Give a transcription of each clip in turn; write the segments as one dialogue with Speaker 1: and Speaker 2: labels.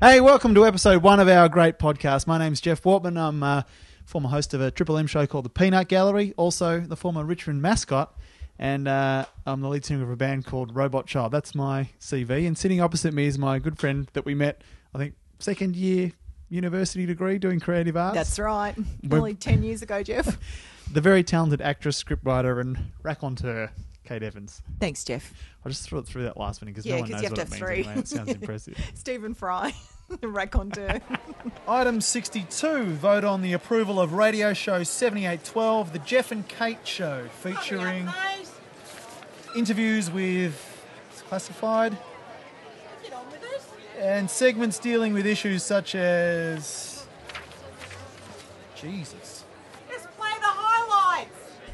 Speaker 1: Hey, welcome to episode one of our great podcast. My name's Jeff Wortman. I'm uh, former host of a Triple M show called The Peanut Gallery, also the former Richmond mascot, and uh, I'm the lead singer of a band called Robot Child. That's my CV. And sitting opposite me is my good friend that we met, I think, second year university degree doing creative arts.
Speaker 2: That's right. Nearly 10 years ago, Jeff.
Speaker 1: The very talented actress, scriptwriter, and raconteur, Kate Evans.
Speaker 2: Thanks, Jeff.
Speaker 1: I just threw it through that last minute because
Speaker 2: Yeah,
Speaker 1: no one
Speaker 2: 'cause
Speaker 1: knows
Speaker 2: you
Speaker 1: what it
Speaker 2: have to
Speaker 1: means.
Speaker 2: have three.
Speaker 1: Anyway. It sounds impressive.
Speaker 2: Stephen Fry, the raconteur.
Speaker 1: Item 62 vote on the approval of radio show 7812, The Jeff and Kate Show, featuring interviews with it's classified and segments dealing with issues such as. Jesus.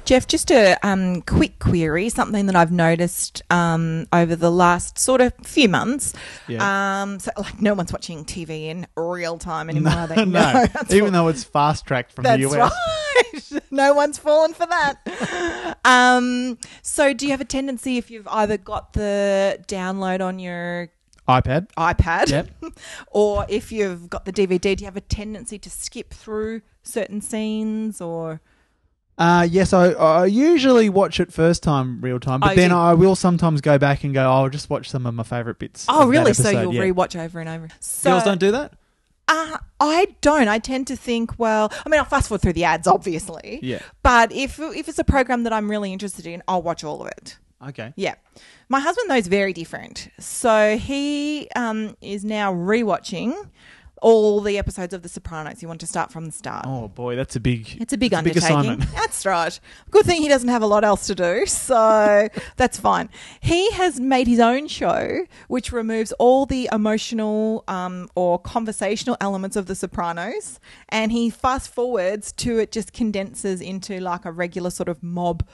Speaker 2: Jeff, just a um, quick query, something that I've noticed um, over the last sort of few months.
Speaker 1: Yeah.
Speaker 2: Um, so, like, no one's watching TV in real time anymore. are they?
Speaker 1: no,
Speaker 2: that's
Speaker 1: even though it's fast tracked from the
Speaker 2: That's
Speaker 1: US.
Speaker 2: right. No one's fallen for that. um, so, do you have a tendency if you've either got the download on your
Speaker 1: iPad.
Speaker 2: iPad,
Speaker 1: Yep.
Speaker 2: or if you've got the DVD, do you have a tendency to skip through certain scenes? Or
Speaker 1: Uh, yes, I, I usually watch it first time, real time, but
Speaker 2: Oh,
Speaker 1: then
Speaker 2: you-
Speaker 1: I will sometimes go back and go, oh, I'll just watch some of my favourite bits.
Speaker 2: oh,
Speaker 1: of that
Speaker 2: really? So
Speaker 1: episode,"
Speaker 2: you'll
Speaker 1: yeah.
Speaker 2: rewatch over and over. So,
Speaker 1: Girls don't do that?
Speaker 2: Uh, I don't. I tend to think, well, I mean, I'll fast forward through the ads, obviously.
Speaker 1: Yeah.
Speaker 2: But if if it's a program that I'm really interested in, I'll watch all of it.
Speaker 1: Okay.
Speaker 2: Yeah. My husband, though, is very different. So he um, is now rewatching all the episodes of The Sopranos. You want to start from the start.
Speaker 1: Oh boy, that's a big.
Speaker 2: It's a big
Speaker 1: it's
Speaker 2: undertaking.
Speaker 1: assignment.
Speaker 2: that's right. Good thing he doesn't have a lot else to do, so that's fine. He has made his own show, which removes all the emotional um, or conversational elements of The Sopranos, and he fast forwards to it just condenses into like a regular sort of mob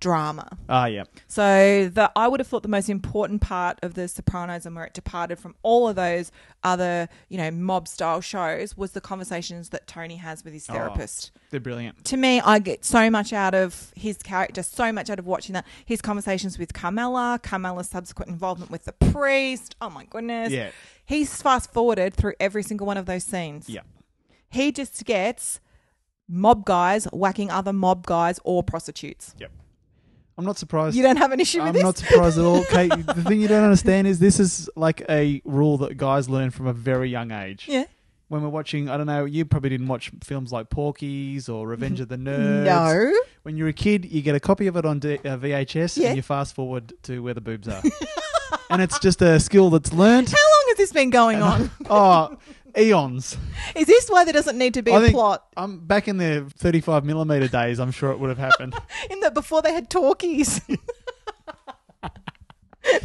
Speaker 2: drama.
Speaker 1: Ah, yeah.
Speaker 2: So the I would have thought the most important part of the Sopranos and where it departed from all of those other, you know, mob style shows was the conversations that Tony has with his therapist.
Speaker 1: They're brilliant.
Speaker 2: To me, I get so much out of his character, so much out of watching that. His conversations with Carmela, Carmela's subsequent involvement with the priest. Oh my goodness.
Speaker 1: Yeah.
Speaker 2: He's fast forwarded through every single one of those scenes.
Speaker 1: Yeah.
Speaker 2: He just gets mob guys whacking other mob guys or prostitutes.
Speaker 1: Yep. I'm not surprised.
Speaker 2: You don't have an issue with
Speaker 1: I'm
Speaker 2: this?
Speaker 1: not surprised at all, Kate. the thing you don't understand is this is like a rule that guys learn from a very young age.
Speaker 2: Yeah.
Speaker 1: When we're watching, I don't know, you probably didn't watch films like Porky's or Revenge of the Nerds.
Speaker 2: No.
Speaker 1: When you're a kid, you get a copy of it on D- uh, VHS
Speaker 2: Yeah.
Speaker 1: and you fast forward to where the boobs are. and it's just a skill that's learned.
Speaker 2: How long has this been going on?
Speaker 1: Oh, eons.
Speaker 2: Is this why there doesn't need to be
Speaker 1: I
Speaker 2: a
Speaker 1: think
Speaker 2: plot?
Speaker 1: I'm back in the 35 millimeter days. I'm sure it would have happened.
Speaker 2: In that before they had talkies.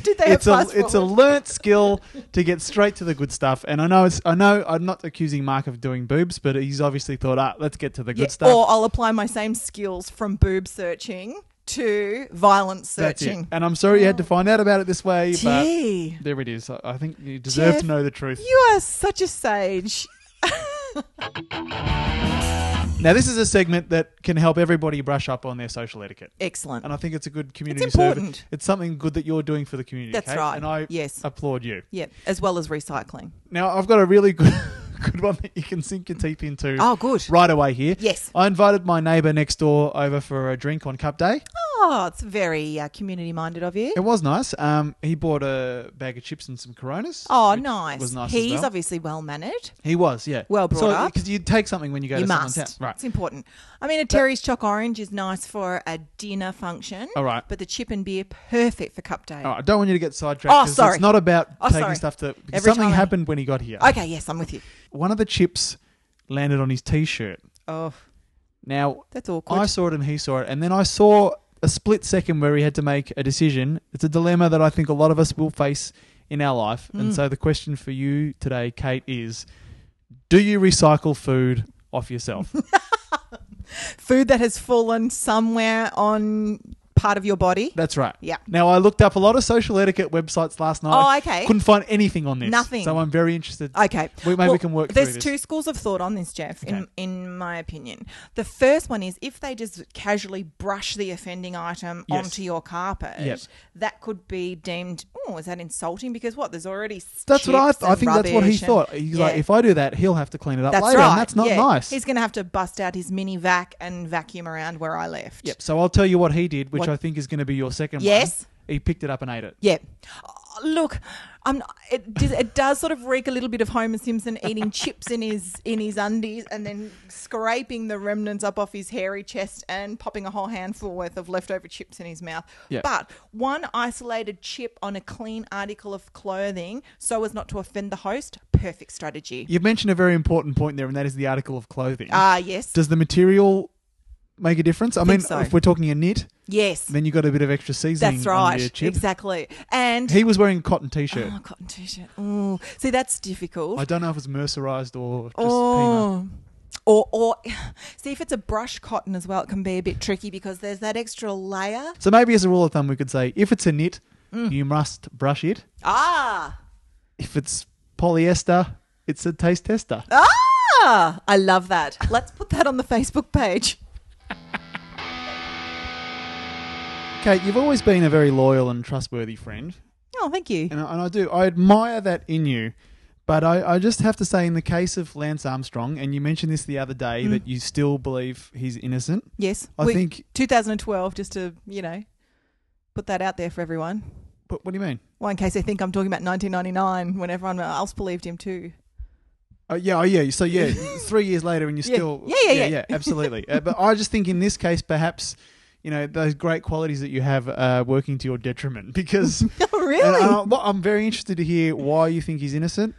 Speaker 2: Did they
Speaker 1: it's
Speaker 2: have
Speaker 1: a
Speaker 2: fast
Speaker 1: it's a
Speaker 2: forward?
Speaker 1: learnt skill to get straight to the good stuff. And I know it's I know I'm not accusing Mark of doing boobs, but he's obviously thought, ah, let's get to the good
Speaker 2: Yeah,
Speaker 1: stuff.
Speaker 2: Or I'll apply my same skills from boob searching to violent
Speaker 1: That's it.
Speaker 2: searching. Oh.
Speaker 1: And I'm sorry you had to find out about it this way, but
Speaker 2: Gee.
Speaker 1: there it is. I, I think you deserve
Speaker 2: Jeff,
Speaker 1: to know the truth.
Speaker 2: You are such a sage.
Speaker 1: now this is a segment that can help everybody brush up on their social etiquette.
Speaker 2: Excellent.
Speaker 1: And I think it's a good community
Speaker 2: important.
Speaker 1: service. It's something good that you're doing for the community.
Speaker 2: That's
Speaker 1: Kate,
Speaker 2: right.
Speaker 1: And I
Speaker 2: Yes.
Speaker 1: applaud you.
Speaker 2: Yeah, as well as recycling.
Speaker 1: Now I've got a really good good one that you can sink your teeth into.
Speaker 2: Oh, good.
Speaker 1: Right away here.
Speaker 2: Yes.
Speaker 1: I invited my neighbour next door over for a drink on Cup Day.
Speaker 2: Oh, it's very uh, community minded of you.
Speaker 1: It was nice. Um, he bought a bag of chips and some Coronas.
Speaker 2: Oh,
Speaker 1: which
Speaker 2: nice.
Speaker 1: Was nice. as
Speaker 2: He's
Speaker 1: well.
Speaker 2: obviously well managed.
Speaker 1: He was, yeah.
Speaker 2: well brought up.
Speaker 1: Because you take something when you go
Speaker 2: You
Speaker 1: to someone's
Speaker 2: must.
Speaker 1: house, right?
Speaker 2: It's important. I mean, a Terry's Choc Orange is nice for a dinner function.
Speaker 1: All right.
Speaker 2: But the chip and beer, perfect for cup day.
Speaker 1: All right, I don't want you to get sidetracked. 'cause
Speaker 2: Oh, sorry.
Speaker 1: It's not about
Speaker 2: Oh,
Speaker 1: taking
Speaker 2: sorry.
Speaker 1: stuff to. because
Speaker 2: Every
Speaker 1: something
Speaker 2: time I-
Speaker 1: happened when he got here.
Speaker 2: Okay, yes, I'm with you.
Speaker 1: One of the chips landed on his t-shirt.
Speaker 2: Oh,
Speaker 1: Now
Speaker 2: that's awkward.
Speaker 1: I saw it and he saw it, and then I saw a split second where he had to make a decision. It's a dilemma that I think a lot of us will face in our life, and
Speaker 2: Mm.
Speaker 1: so the question for you today, Kate, is: Do you recycle food off yourself?
Speaker 2: Food that has fallen somewhere on part of your body.
Speaker 1: That's right.
Speaker 2: Yeah.
Speaker 1: Now I looked up a lot of social etiquette websites last night.
Speaker 2: Oh, okay.
Speaker 1: Couldn't find anything on this.
Speaker 2: Nothing. Oh,
Speaker 1: So I'm very interested.
Speaker 2: Okay.
Speaker 1: We, maybe
Speaker 2: Well,
Speaker 1: we can work
Speaker 2: There's
Speaker 1: through this.
Speaker 2: two schools of thought on this, Jeff, in,
Speaker 1: Okay.
Speaker 2: in my opinion. The first one is if they just casually brush the offending item
Speaker 1: Yes.
Speaker 2: onto your carpet,
Speaker 1: Yep.
Speaker 2: that could be deemed, oh, is that insulting? Because what? There's already.
Speaker 1: That's what I.
Speaker 2: chips
Speaker 1: Th- I
Speaker 2: and
Speaker 1: think that's what he
Speaker 2: rubbish and-
Speaker 1: thought. He's like,
Speaker 2: Yeah.
Speaker 1: if I do that, he'll have to clean it up later, and that's not
Speaker 2: yeah.
Speaker 1: nice.
Speaker 2: He's going to have to bust out his mini vac and vacuum around where I left.
Speaker 1: Yep. So I'll tell you what he did, which
Speaker 2: What-
Speaker 1: I think is going to be your second
Speaker 2: Yes.
Speaker 1: one. He picked it up and ate it.
Speaker 2: Yeah. Oh, Look, I'm. It, does, it does sort of reek a little bit of Homer Simpson eating chips in his in his undies and then scraping the remnants up off his hairy chest and popping a whole handful worth of leftover chips in his mouth.
Speaker 1: Yeah.
Speaker 2: But one isolated chip on a clean article of clothing, so as not to offend the host, perfect strategy.
Speaker 1: You've mentioned a very important point there, and that is the article of clothing.
Speaker 2: Ah, yes,
Speaker 1: Does the material make a difference? I,
Speaker 2: think
Speaker 1: mean,
Speaker 2: so.
Speaker 1: if we're talking a knit,
Speaker 2: yes,
Speaker 1: then you got a bit of extra seasoning.
Speaker 2: that's
Speaker 1: On your
Speaker 2: right,
Speaker 1: chip.
Speaker 2: exactly. And
Speaker 1: He was wearing a cotton t-shirt.
Speaker 2: oh, cotton t-shirt. Ooh. see, that's difficult.
Speaker 1: I don't know if it's mercerized or just peanut.
Speaker 2: Oh. Or, or see if it's a brush cotton as well, it can be a bit tricky because there's that extra layer.
Speaker 1: So maybe as a rule of thumb, we could say if it's a knit,
Speaker 2: Mm.
Speaker 1: you must brush it.
Speaker 2: Ah,
Speaker 1: If it's polyester, it's a taste tester.
Speaker 2: ah, I love that. Let's put that on the Facebook page. Ah.
Speaker 1: Kate, you've always been a very loyal and trustworthy friend,
Speaker 2: Oh, thank you.
Speaker 1: and I, and I do. I admire that in you. But I, I just have to say, in the case of Lance Armstrong, and you mentioned this the other day, that you still believe he's innocent.
Speaker 2: Yes,
Speaker 1: I
Speaker 2: we-
Speaker 1: think.
Speaker 2: 2012, just to you know, put that out there for everyone.
Speaker 1: But what do you mean?
Speaker 2: Well, in case they think I'm talking about 1999, when everyone else believed him too.
Speaker 1: Oh yeah, oh, yeah. So yeah, three years later, and you're
Speaker 2: Yeah.
Speaker 1: still
Speaker 2: Yeah, yeah, yeah.
Speaker 1: absolutely. uh, but I just think in this case, perhaps you know those great qualities that you have are working to your detriment because.
Speaker 2: Oh,
Speaker 1: and
Speaker 2: really?
Speaker 1: I, well, I'm very interested to hear why you think he's innocent.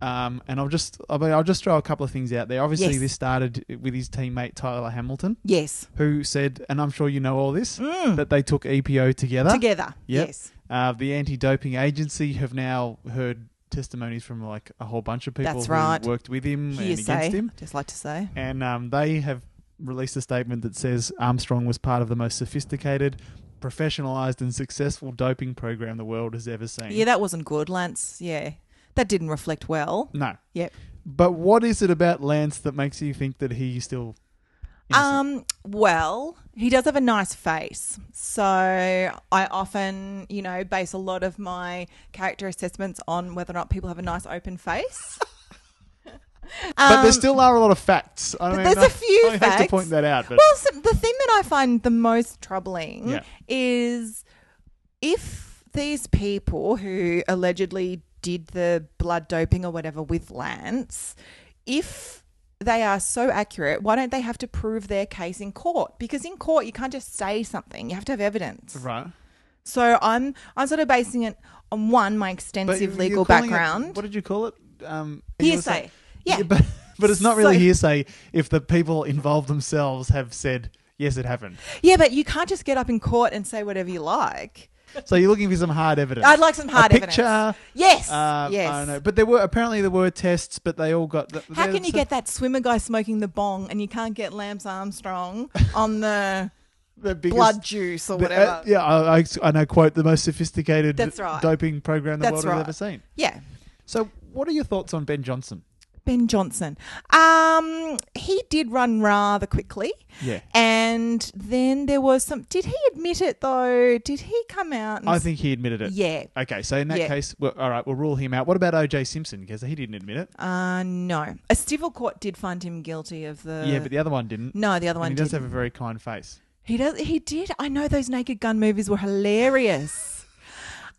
Speaker 1: Um, and I'll just I mean, I'll just throw a couple of things out there. Obviously,
Speaker 2: Yes.
Speaker 1: this started with his teammate Tyler Hamilton,
Speaker 2: yes,
Speaker 1: who said, and I'm sure you know all this,
Speaker 2: Mm.
Speaker 1: that they took EPO together.
Speaker 2: together.
Speaker 1: Yep.
Speaker 2: Yes,
Speaker 1: Uh, the anti-doping agency have now heard testimonies from like a whole bunch of people
Speaker 2: That's
Speaker 1: who
Speaker 2: right.
Speaker 1: worked with him and
Speaker 2: hearsay.
Speaker 1: against him,
Speaker 2: Just like to say.
Speaker 1: and um, they have released a statement that says Armstrong was part of the most sophisticated, professionalized, and successful doping program the world has ever seen.
Speaker 2: Yeah, that wasn't good, Lance. Yeah, that didn't reflect well.
Speaker 1: No.
Speaker 2: Yep.
Speaker 1: But what is it about Lance that makes you think that he's still? innocent?
Speaker 2: Um, well, he does have a nice face. So I often, you know, base a lot of my character assessments on whether or not people have a nice open face.
Speaker 1: but there
Speaker 2: Um,
Speaker 1: still are a lot of facts. I
Speaker 2: but
Speaker 1: mean,
Speaker 2: there's
Speaker 1: I-
Speaker 2: a few
Speaker 1: I have to
Speaker 2: facts.
Speaker 1: point that out. But
Speaker 2: Well, so the thing that I find the most troubling
Speaker 1: Yeah.
Speaker 2: is if these people who allegedly did the blood doping or whatever with Lance, if they are so accurate, why don't they have to prove their case in court? Because in court, you can't just say something; you have to have evidence.
Speaker 1: right,
Speaker 2: So I'm I'm sort of basing it on one my
Speaker 1: But
Speaker 2: extensive
Speaker 1: you're
Speaker 2: legal
Speaker 1: calling it-
Speaker 2: background,
Speaker 1: what did you call it? Um, you were
Speaker 2: hearsay.
Speaker 1: saying-
Speaker 2: Yeah.
Speaker 1: but but it's not really
Speaker 2: So-
Speaker 1: hearsay if the people involved themselves have said yes, it happened.
Speaker 2: yeah, but you can't just get up in court and say whatever you like.
Speaker 1: So you're looking for some hard evidence.
Speaker 2: I'd like some hard
Speaker 1: a
Speaker 2: evidence.
Speaker 1: picture.
Speaker 2: Yes,
Speaker 1: Uh,
Speaker 2: yes.
Speaker 1: I don't know. But there were apparently there were tests, but they all got. The,
Speaker 2: How
Speaker 1: they're
Speaker 2: can you
Speaker 1: so-
Speaker 2: get that swimmer guy smoking the bong and you can't get Lance Armstrong on the
Speaker 1: the biggest-
Speaker 2: blood juice or
Speaker 1: the-
Speaker 2: whatever?
Speaker 1: uh, yeah, I, I, I know. Quote the most sophisticated
Speaker 2: That's right.
Speaker 1: doping program the
Speaker 2: That's
Speaker 1: world
Speaker 2: right.
Speaker 1: has ever seen.
Speaker 2: yeah.
Speaker 1: So, what are your thoughts on Ben Johnson?
Speaker 2: Ben Johnson. Um, he did run rather quickly.
Speaker 1: Yeah.
Speaker 2: And then there was some. Did he admit it though? Did he come out? And
Speaker 1: I think he admitted it.
Speaker 2: Yeah.
Speaker 1: Okay, so in that
Speaker 2: Yeah.
Speaker 1: case, well, all right, we'll rule him out. What about OJ Simpson? Because he didn't admit it.
Speaker 2: Uh, no. A civil court did find him guilty of the.
Speaker 1: yeah, but the other one didn't.
Speaker 2: no, the other
Speaker 1: And
Speaker 2: one
Speaker 1: he
Speaker 2: did.
Speaker 1: does have a very kind face.
Speaker 2: he does. He did. I know those Naked Gun movies were hilarious.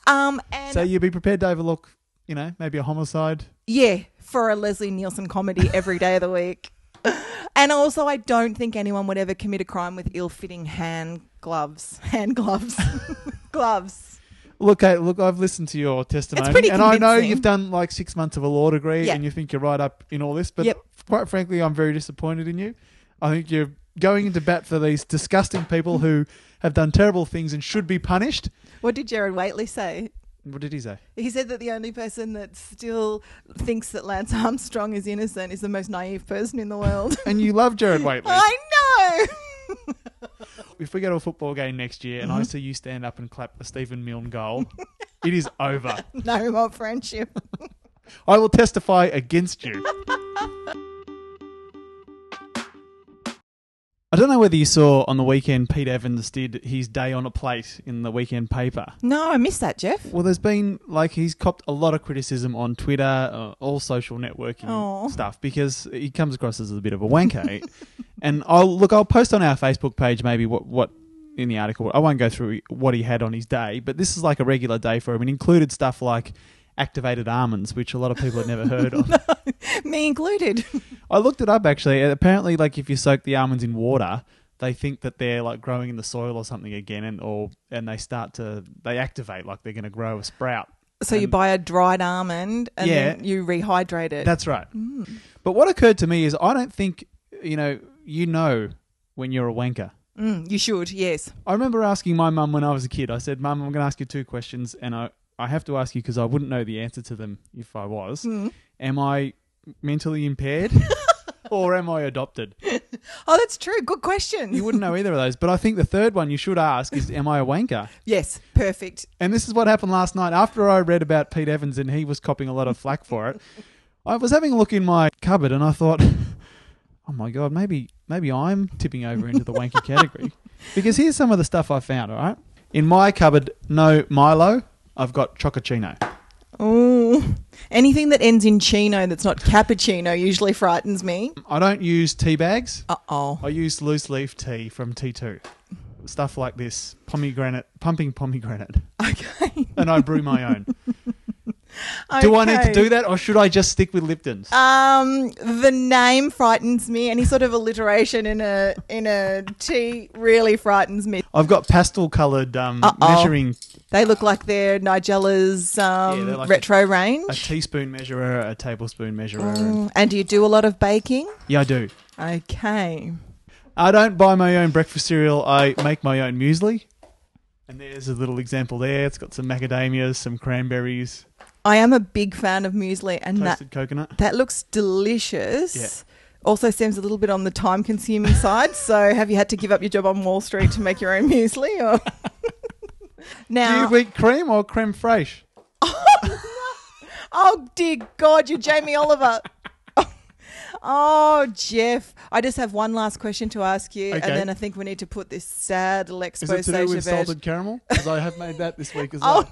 Speaker 2: Um, and
Speaker 1: so you'd be prepared to overlook, you know, maybe a homicide.
Speaker 2: Yeah, for a Leslie Nielsen comedy every day of the week. And also, I don't think anyone would ever commit a crime with ill-fitting hand gloves. Hand gloves, gloves.
Speaker 1: Look, Kate, look, I've listened to your testimony,
Speaker 2: pretty
Speaker 1: and I know
Speaker 2: convincing.
Speaker 1: you've done like six months of a law degree,
Speaker 2: Yeah.
Speaker 1: and you think you're right up in all this. But
Speaker 2: Yep.
Speaker 1: quite frankly, I'm very disappointed in you. I think you're going into bat for these disgusting people who have done terrible things and should be punished.
Speaker 2: What did Jared Waitley say?
Speaker 1: What did he say?
Speaker 2: He said that the only person that still thinks that Lance Armstrong is innocent is the most naive person in the world.
Speaker 1: And you love Jared Waitley.
Speaker 2: I know.
Speaker 1: if we go to a football game next year
Speaker 2: Mm-hmm.
Speaker 1: and I see you stand up and clap a Stephen Milne goal, it is over.
Speaker 2: No more friendship.
Speaker 1: I will testify against you. I don't know whether you saw on the weekend Pete Evans did his day on a plate in the weekend paper.
Speaker 2: no, I missed that, Jeff.
Speaker 1: Well, there's been like he's copped a lot of criticism on Twitter, uh, all social networking
Speaker 2: Aw.
Speaker 1: stuff because he comes across as a bit of a wanker. and I'll look, I'll post on our Facebook page maybe what what in the article. I won't go through what he had on his day, but this is like a regular day for him. It included stuff like activated almonds, which a lot of people had never heard of.
Speaker 2: Me included.
Speaker 1: I looked it up actually. and Apparently, like if you soak the almonds in water, they think that they're like growing in the soil or something again, and or and they start to they activate like they're going to grow a sprout.
Speaker 2: So you
Speaker 1: And-
Speaker 2: buy a dried almond and
Speaker 1: Yeah.
Speaker 2: then you rehydrate it.
Speaker 1: That's right. But what occurred to me is I don't think you know you know when you're a wanker.
Speaker 2: Mm, you should, yes.
Speaker 1: I remember asking my mum when I was a kid. I said, "Mum, I'm going to ask you two questions, and I I have to ask you because I wouldn't know the answer to them if I was. Am I mentally impaired?" Or am I adopted?
Speaker 2: Oh, that's true. Good question.
Speaker 1: You wouldn't know either of those. But I think the third one you should ask is, am I a wanker?
Speaker 2: yes, perfect.
Speaker 1: And this is what happened last night. After I read about Pete Evans and he was copping a lot of flack for it, I was having a look in my cupboard and I thought, oh my god, maybe maybe I'm tipping over into the wanky category. Because here's some of the stuff I found. All right, in my cupboard, no Milo. I've got Chocochino.
Speaker 2: Oh, anything that ends in chino that's not cappuccino usually frightens me.
Speaker 1: I don't use tea bags.
Speaker 2: Uh oh.
Speaker 1: I use loose leaf tea from T2. Stuff like this, pomegranate, pumping pomegranate,
Speaker 2: Okay.
Speaker 1: and I brew my own. Do I need to do that, or should I just stick with Lipton's?
Speaker 2: Um, the name frightens me. Any sort of alliteration in a in a T really frightens me.
Speaker 1: I've got pastel coloured um,
Speaker 2: Uh-oh.
Speaker 1: measuring,
Speaker 2: They look like they're Nigella's um,
Speaker 1: Yeah, they're like
Speaker 2: retro
Speaker 1: a
Speaker 2: range.
Speaker 1: teaspoon measurer, a tablespoon measurer. and-
Speaker 2: Mm, and do you do a lot of baking?
Speaker 1: Yeah, I do.
Speaker 2: Okay.
Speaker 1: I don't buy my own breakfast cereal. I make my own muesli. And there's a little example there. It's got some macadamias, some cranberries,
Speaker 2: I am a big fan of muesli, and that
Speaker 1: toasted coconut.
Speaker 2: that looks delicious. Also, seems a little bit on the time consuming side. So, have you had to give up your job on Wall Street to make your own muesli? Or now,
Speaker 1: Do you eat cream or creme fraiche?
Speaker 2: Oh dear God, you're Jamie Oliver. oh Jeff, I just have one last question to ask you,
Speaker 1: Okay.
Speaker 2: and then I think we need to put this sad little
Speaker 1: Is it
Speaker 2: expose
Speaker 1: to do with
Speaker 2: about.
Speaker 1: salted caramel? Because I have made that this week as
Speaker 2: Oh,
Speaker 1: well.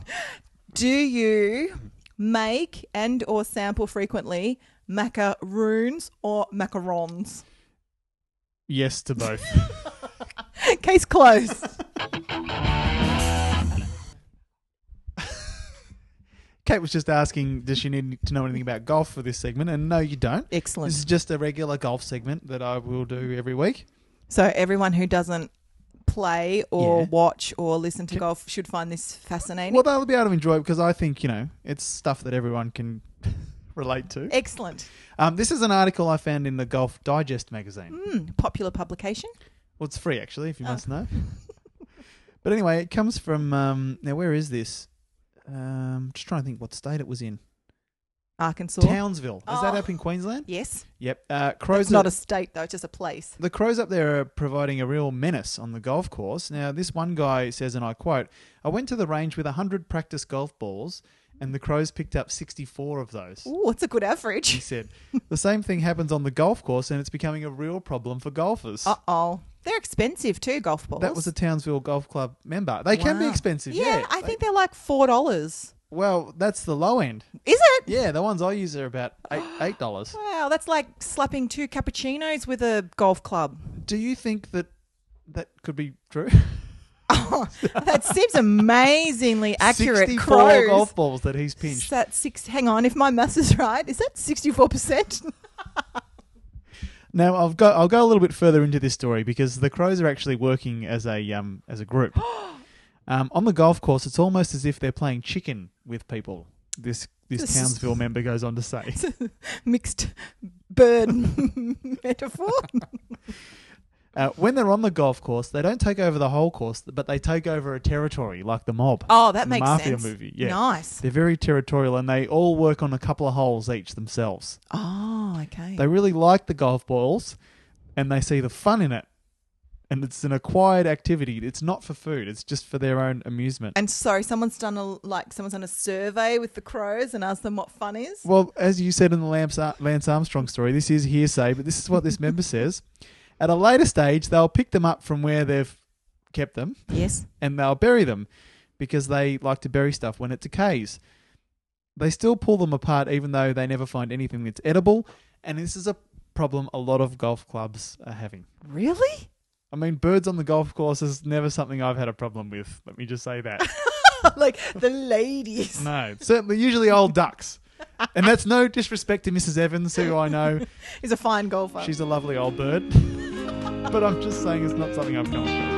Speaker 2: do you make and or sample frequently macaroons or macarons?
Speaker 1: Yes to both.
Speaker 2: Case closed.
Speaker 1: Kate was just asking, does she need to know anything about golf for this segment? And no, you don't. This
Speaker 2: Excellent.
Speaker 1: is just a regular golf segment that I will do every week.
Speaker 2: So everyone who doesn't play or
Speaker 1: Yeah.
Speaker 2: watch or listen to golf should find this fascinating.
Speaker 1: Well, they'll be able to enjoy it because I think, you know, it's stuff that everyone can relate to.
Speaker 2: Eh. Excellent.
Speaker 1: Um, this is an article I found in the Golf Digest magazine.
Speaker 2: Hmm, popular publication.
Speaker 1: Well, it's free, actually, if you
Speaker 2: Oh.
Speaker 1: must know. but anyway, it comes from. Um, now, where is this? Um, just trying to think what state it was in.
Speaker 2: Arkansas.
Speaker 1: Townsville. Is that
Speaker 2: Oh.
Speaker 1: up in Queensland?
Speaker 2: Yes.
Speaker 1: Yep. Uh,
Speaker 2: It's
Speaker 1: crows.
Speaker 2: not
Speaker 1: are-
Speaker 2: a state though; it's just a place.
Speaker 1: The crows up there are providing a real menace on the golf course. Now, this one guy says, and I quote, I went to the range with 100 practice golf balls, and the crows picked up 64 of those.
Speaker 2: Ooh, it's a good average.
Speaker 1: he said. the same thing happens on the golf course, and it's becoming a real problem for golfers.
Speaker 2: Uh oh, they're expensive too. Golf balls.
Speaker 1: that was a Townsville Golf Club member. They can be
Speaker 2: Wow.
Speaker 1: expensive, yeah.
Speaker 2: Yeah, I think they're like four dollars.
Speaker 1: Well, that's the low end.
Speaker 2: Is it?
Speaker 1: Yeah, the ones I use are about eight eight dollars.
Speaker 2: Wow, that's like slapping two cappuccinos with a golf club.
Speaker 1: Do you think that that could be true?
Speaker 2: Oh, that seems amazingly accurate.
Speaker 1: Sixty-four
Speaker 2: Crows.
Speaker 1: golf balls that he's
Speaker 2: Is
Speaker 1: pinched.
Speaker 2: that six? Hang on, if my maths is right, is that sixty-four percent?
Speaker 1: Now I've got I'll go a little bit further into this story because the crows are actually working as a um as a group. Um, on the golf course, it's almost as if they're playing chicken with people. This
Speaker 2: This
Speaker 1: this
Speaker 2: is-
Speaker 1: Townsville member goes on to say.
Speaker 2: Mixed bird metaphor.
Speaker 1: Uh, when they're on the golf course, they don't take over the whole course, but they take over a territory like the mob.
Speaker 2: Oh, that
Speaker 1: The
Speaker 2: makes
Speaker 1: mafia
Speaker 2: sense.
Speaker 1: movie, yeah.
Speaker 2: Nice.
Speaker 1: They're very territorial and they all work on a couple of holes each themselves.
Speaker 2: Oh, okay.
Speaker 1: They really like the golf balls and they see the fun in it. and it's an acquired activity. It's not for food. It's just for their own amusement.
Speaker 2: And so someone's done a like someone's done a survey with the crows and asked them what fun is.
Speaker 1: Well, as you said in the Lance Ar- Lance Armstrong story, this is hearsay, but this is what this member says. At a later stage, they'll pick them up from where they've kept them
Speaker 2: Yes.
Speaker 1: and they'll bury them because they like to bury stuff when it decays. They still pull them apart even though they never find anything that's edible, and this is a problem a lot of golf clubs are having.
Speaker 2: Really?
Speaker 1: I mean, birds on the golf course is never something I've had a problem with. Let me just say that.
Speaker 2: like the ladies.
Speaker 1: No, certainly, usually old ducks. And that's no disrespect to Mrs. Evans, who I know
Speaker 2: He's a fine golfer.
Speaker 1: she's a lovely old bird. But I'm just saying it's not something I've come across.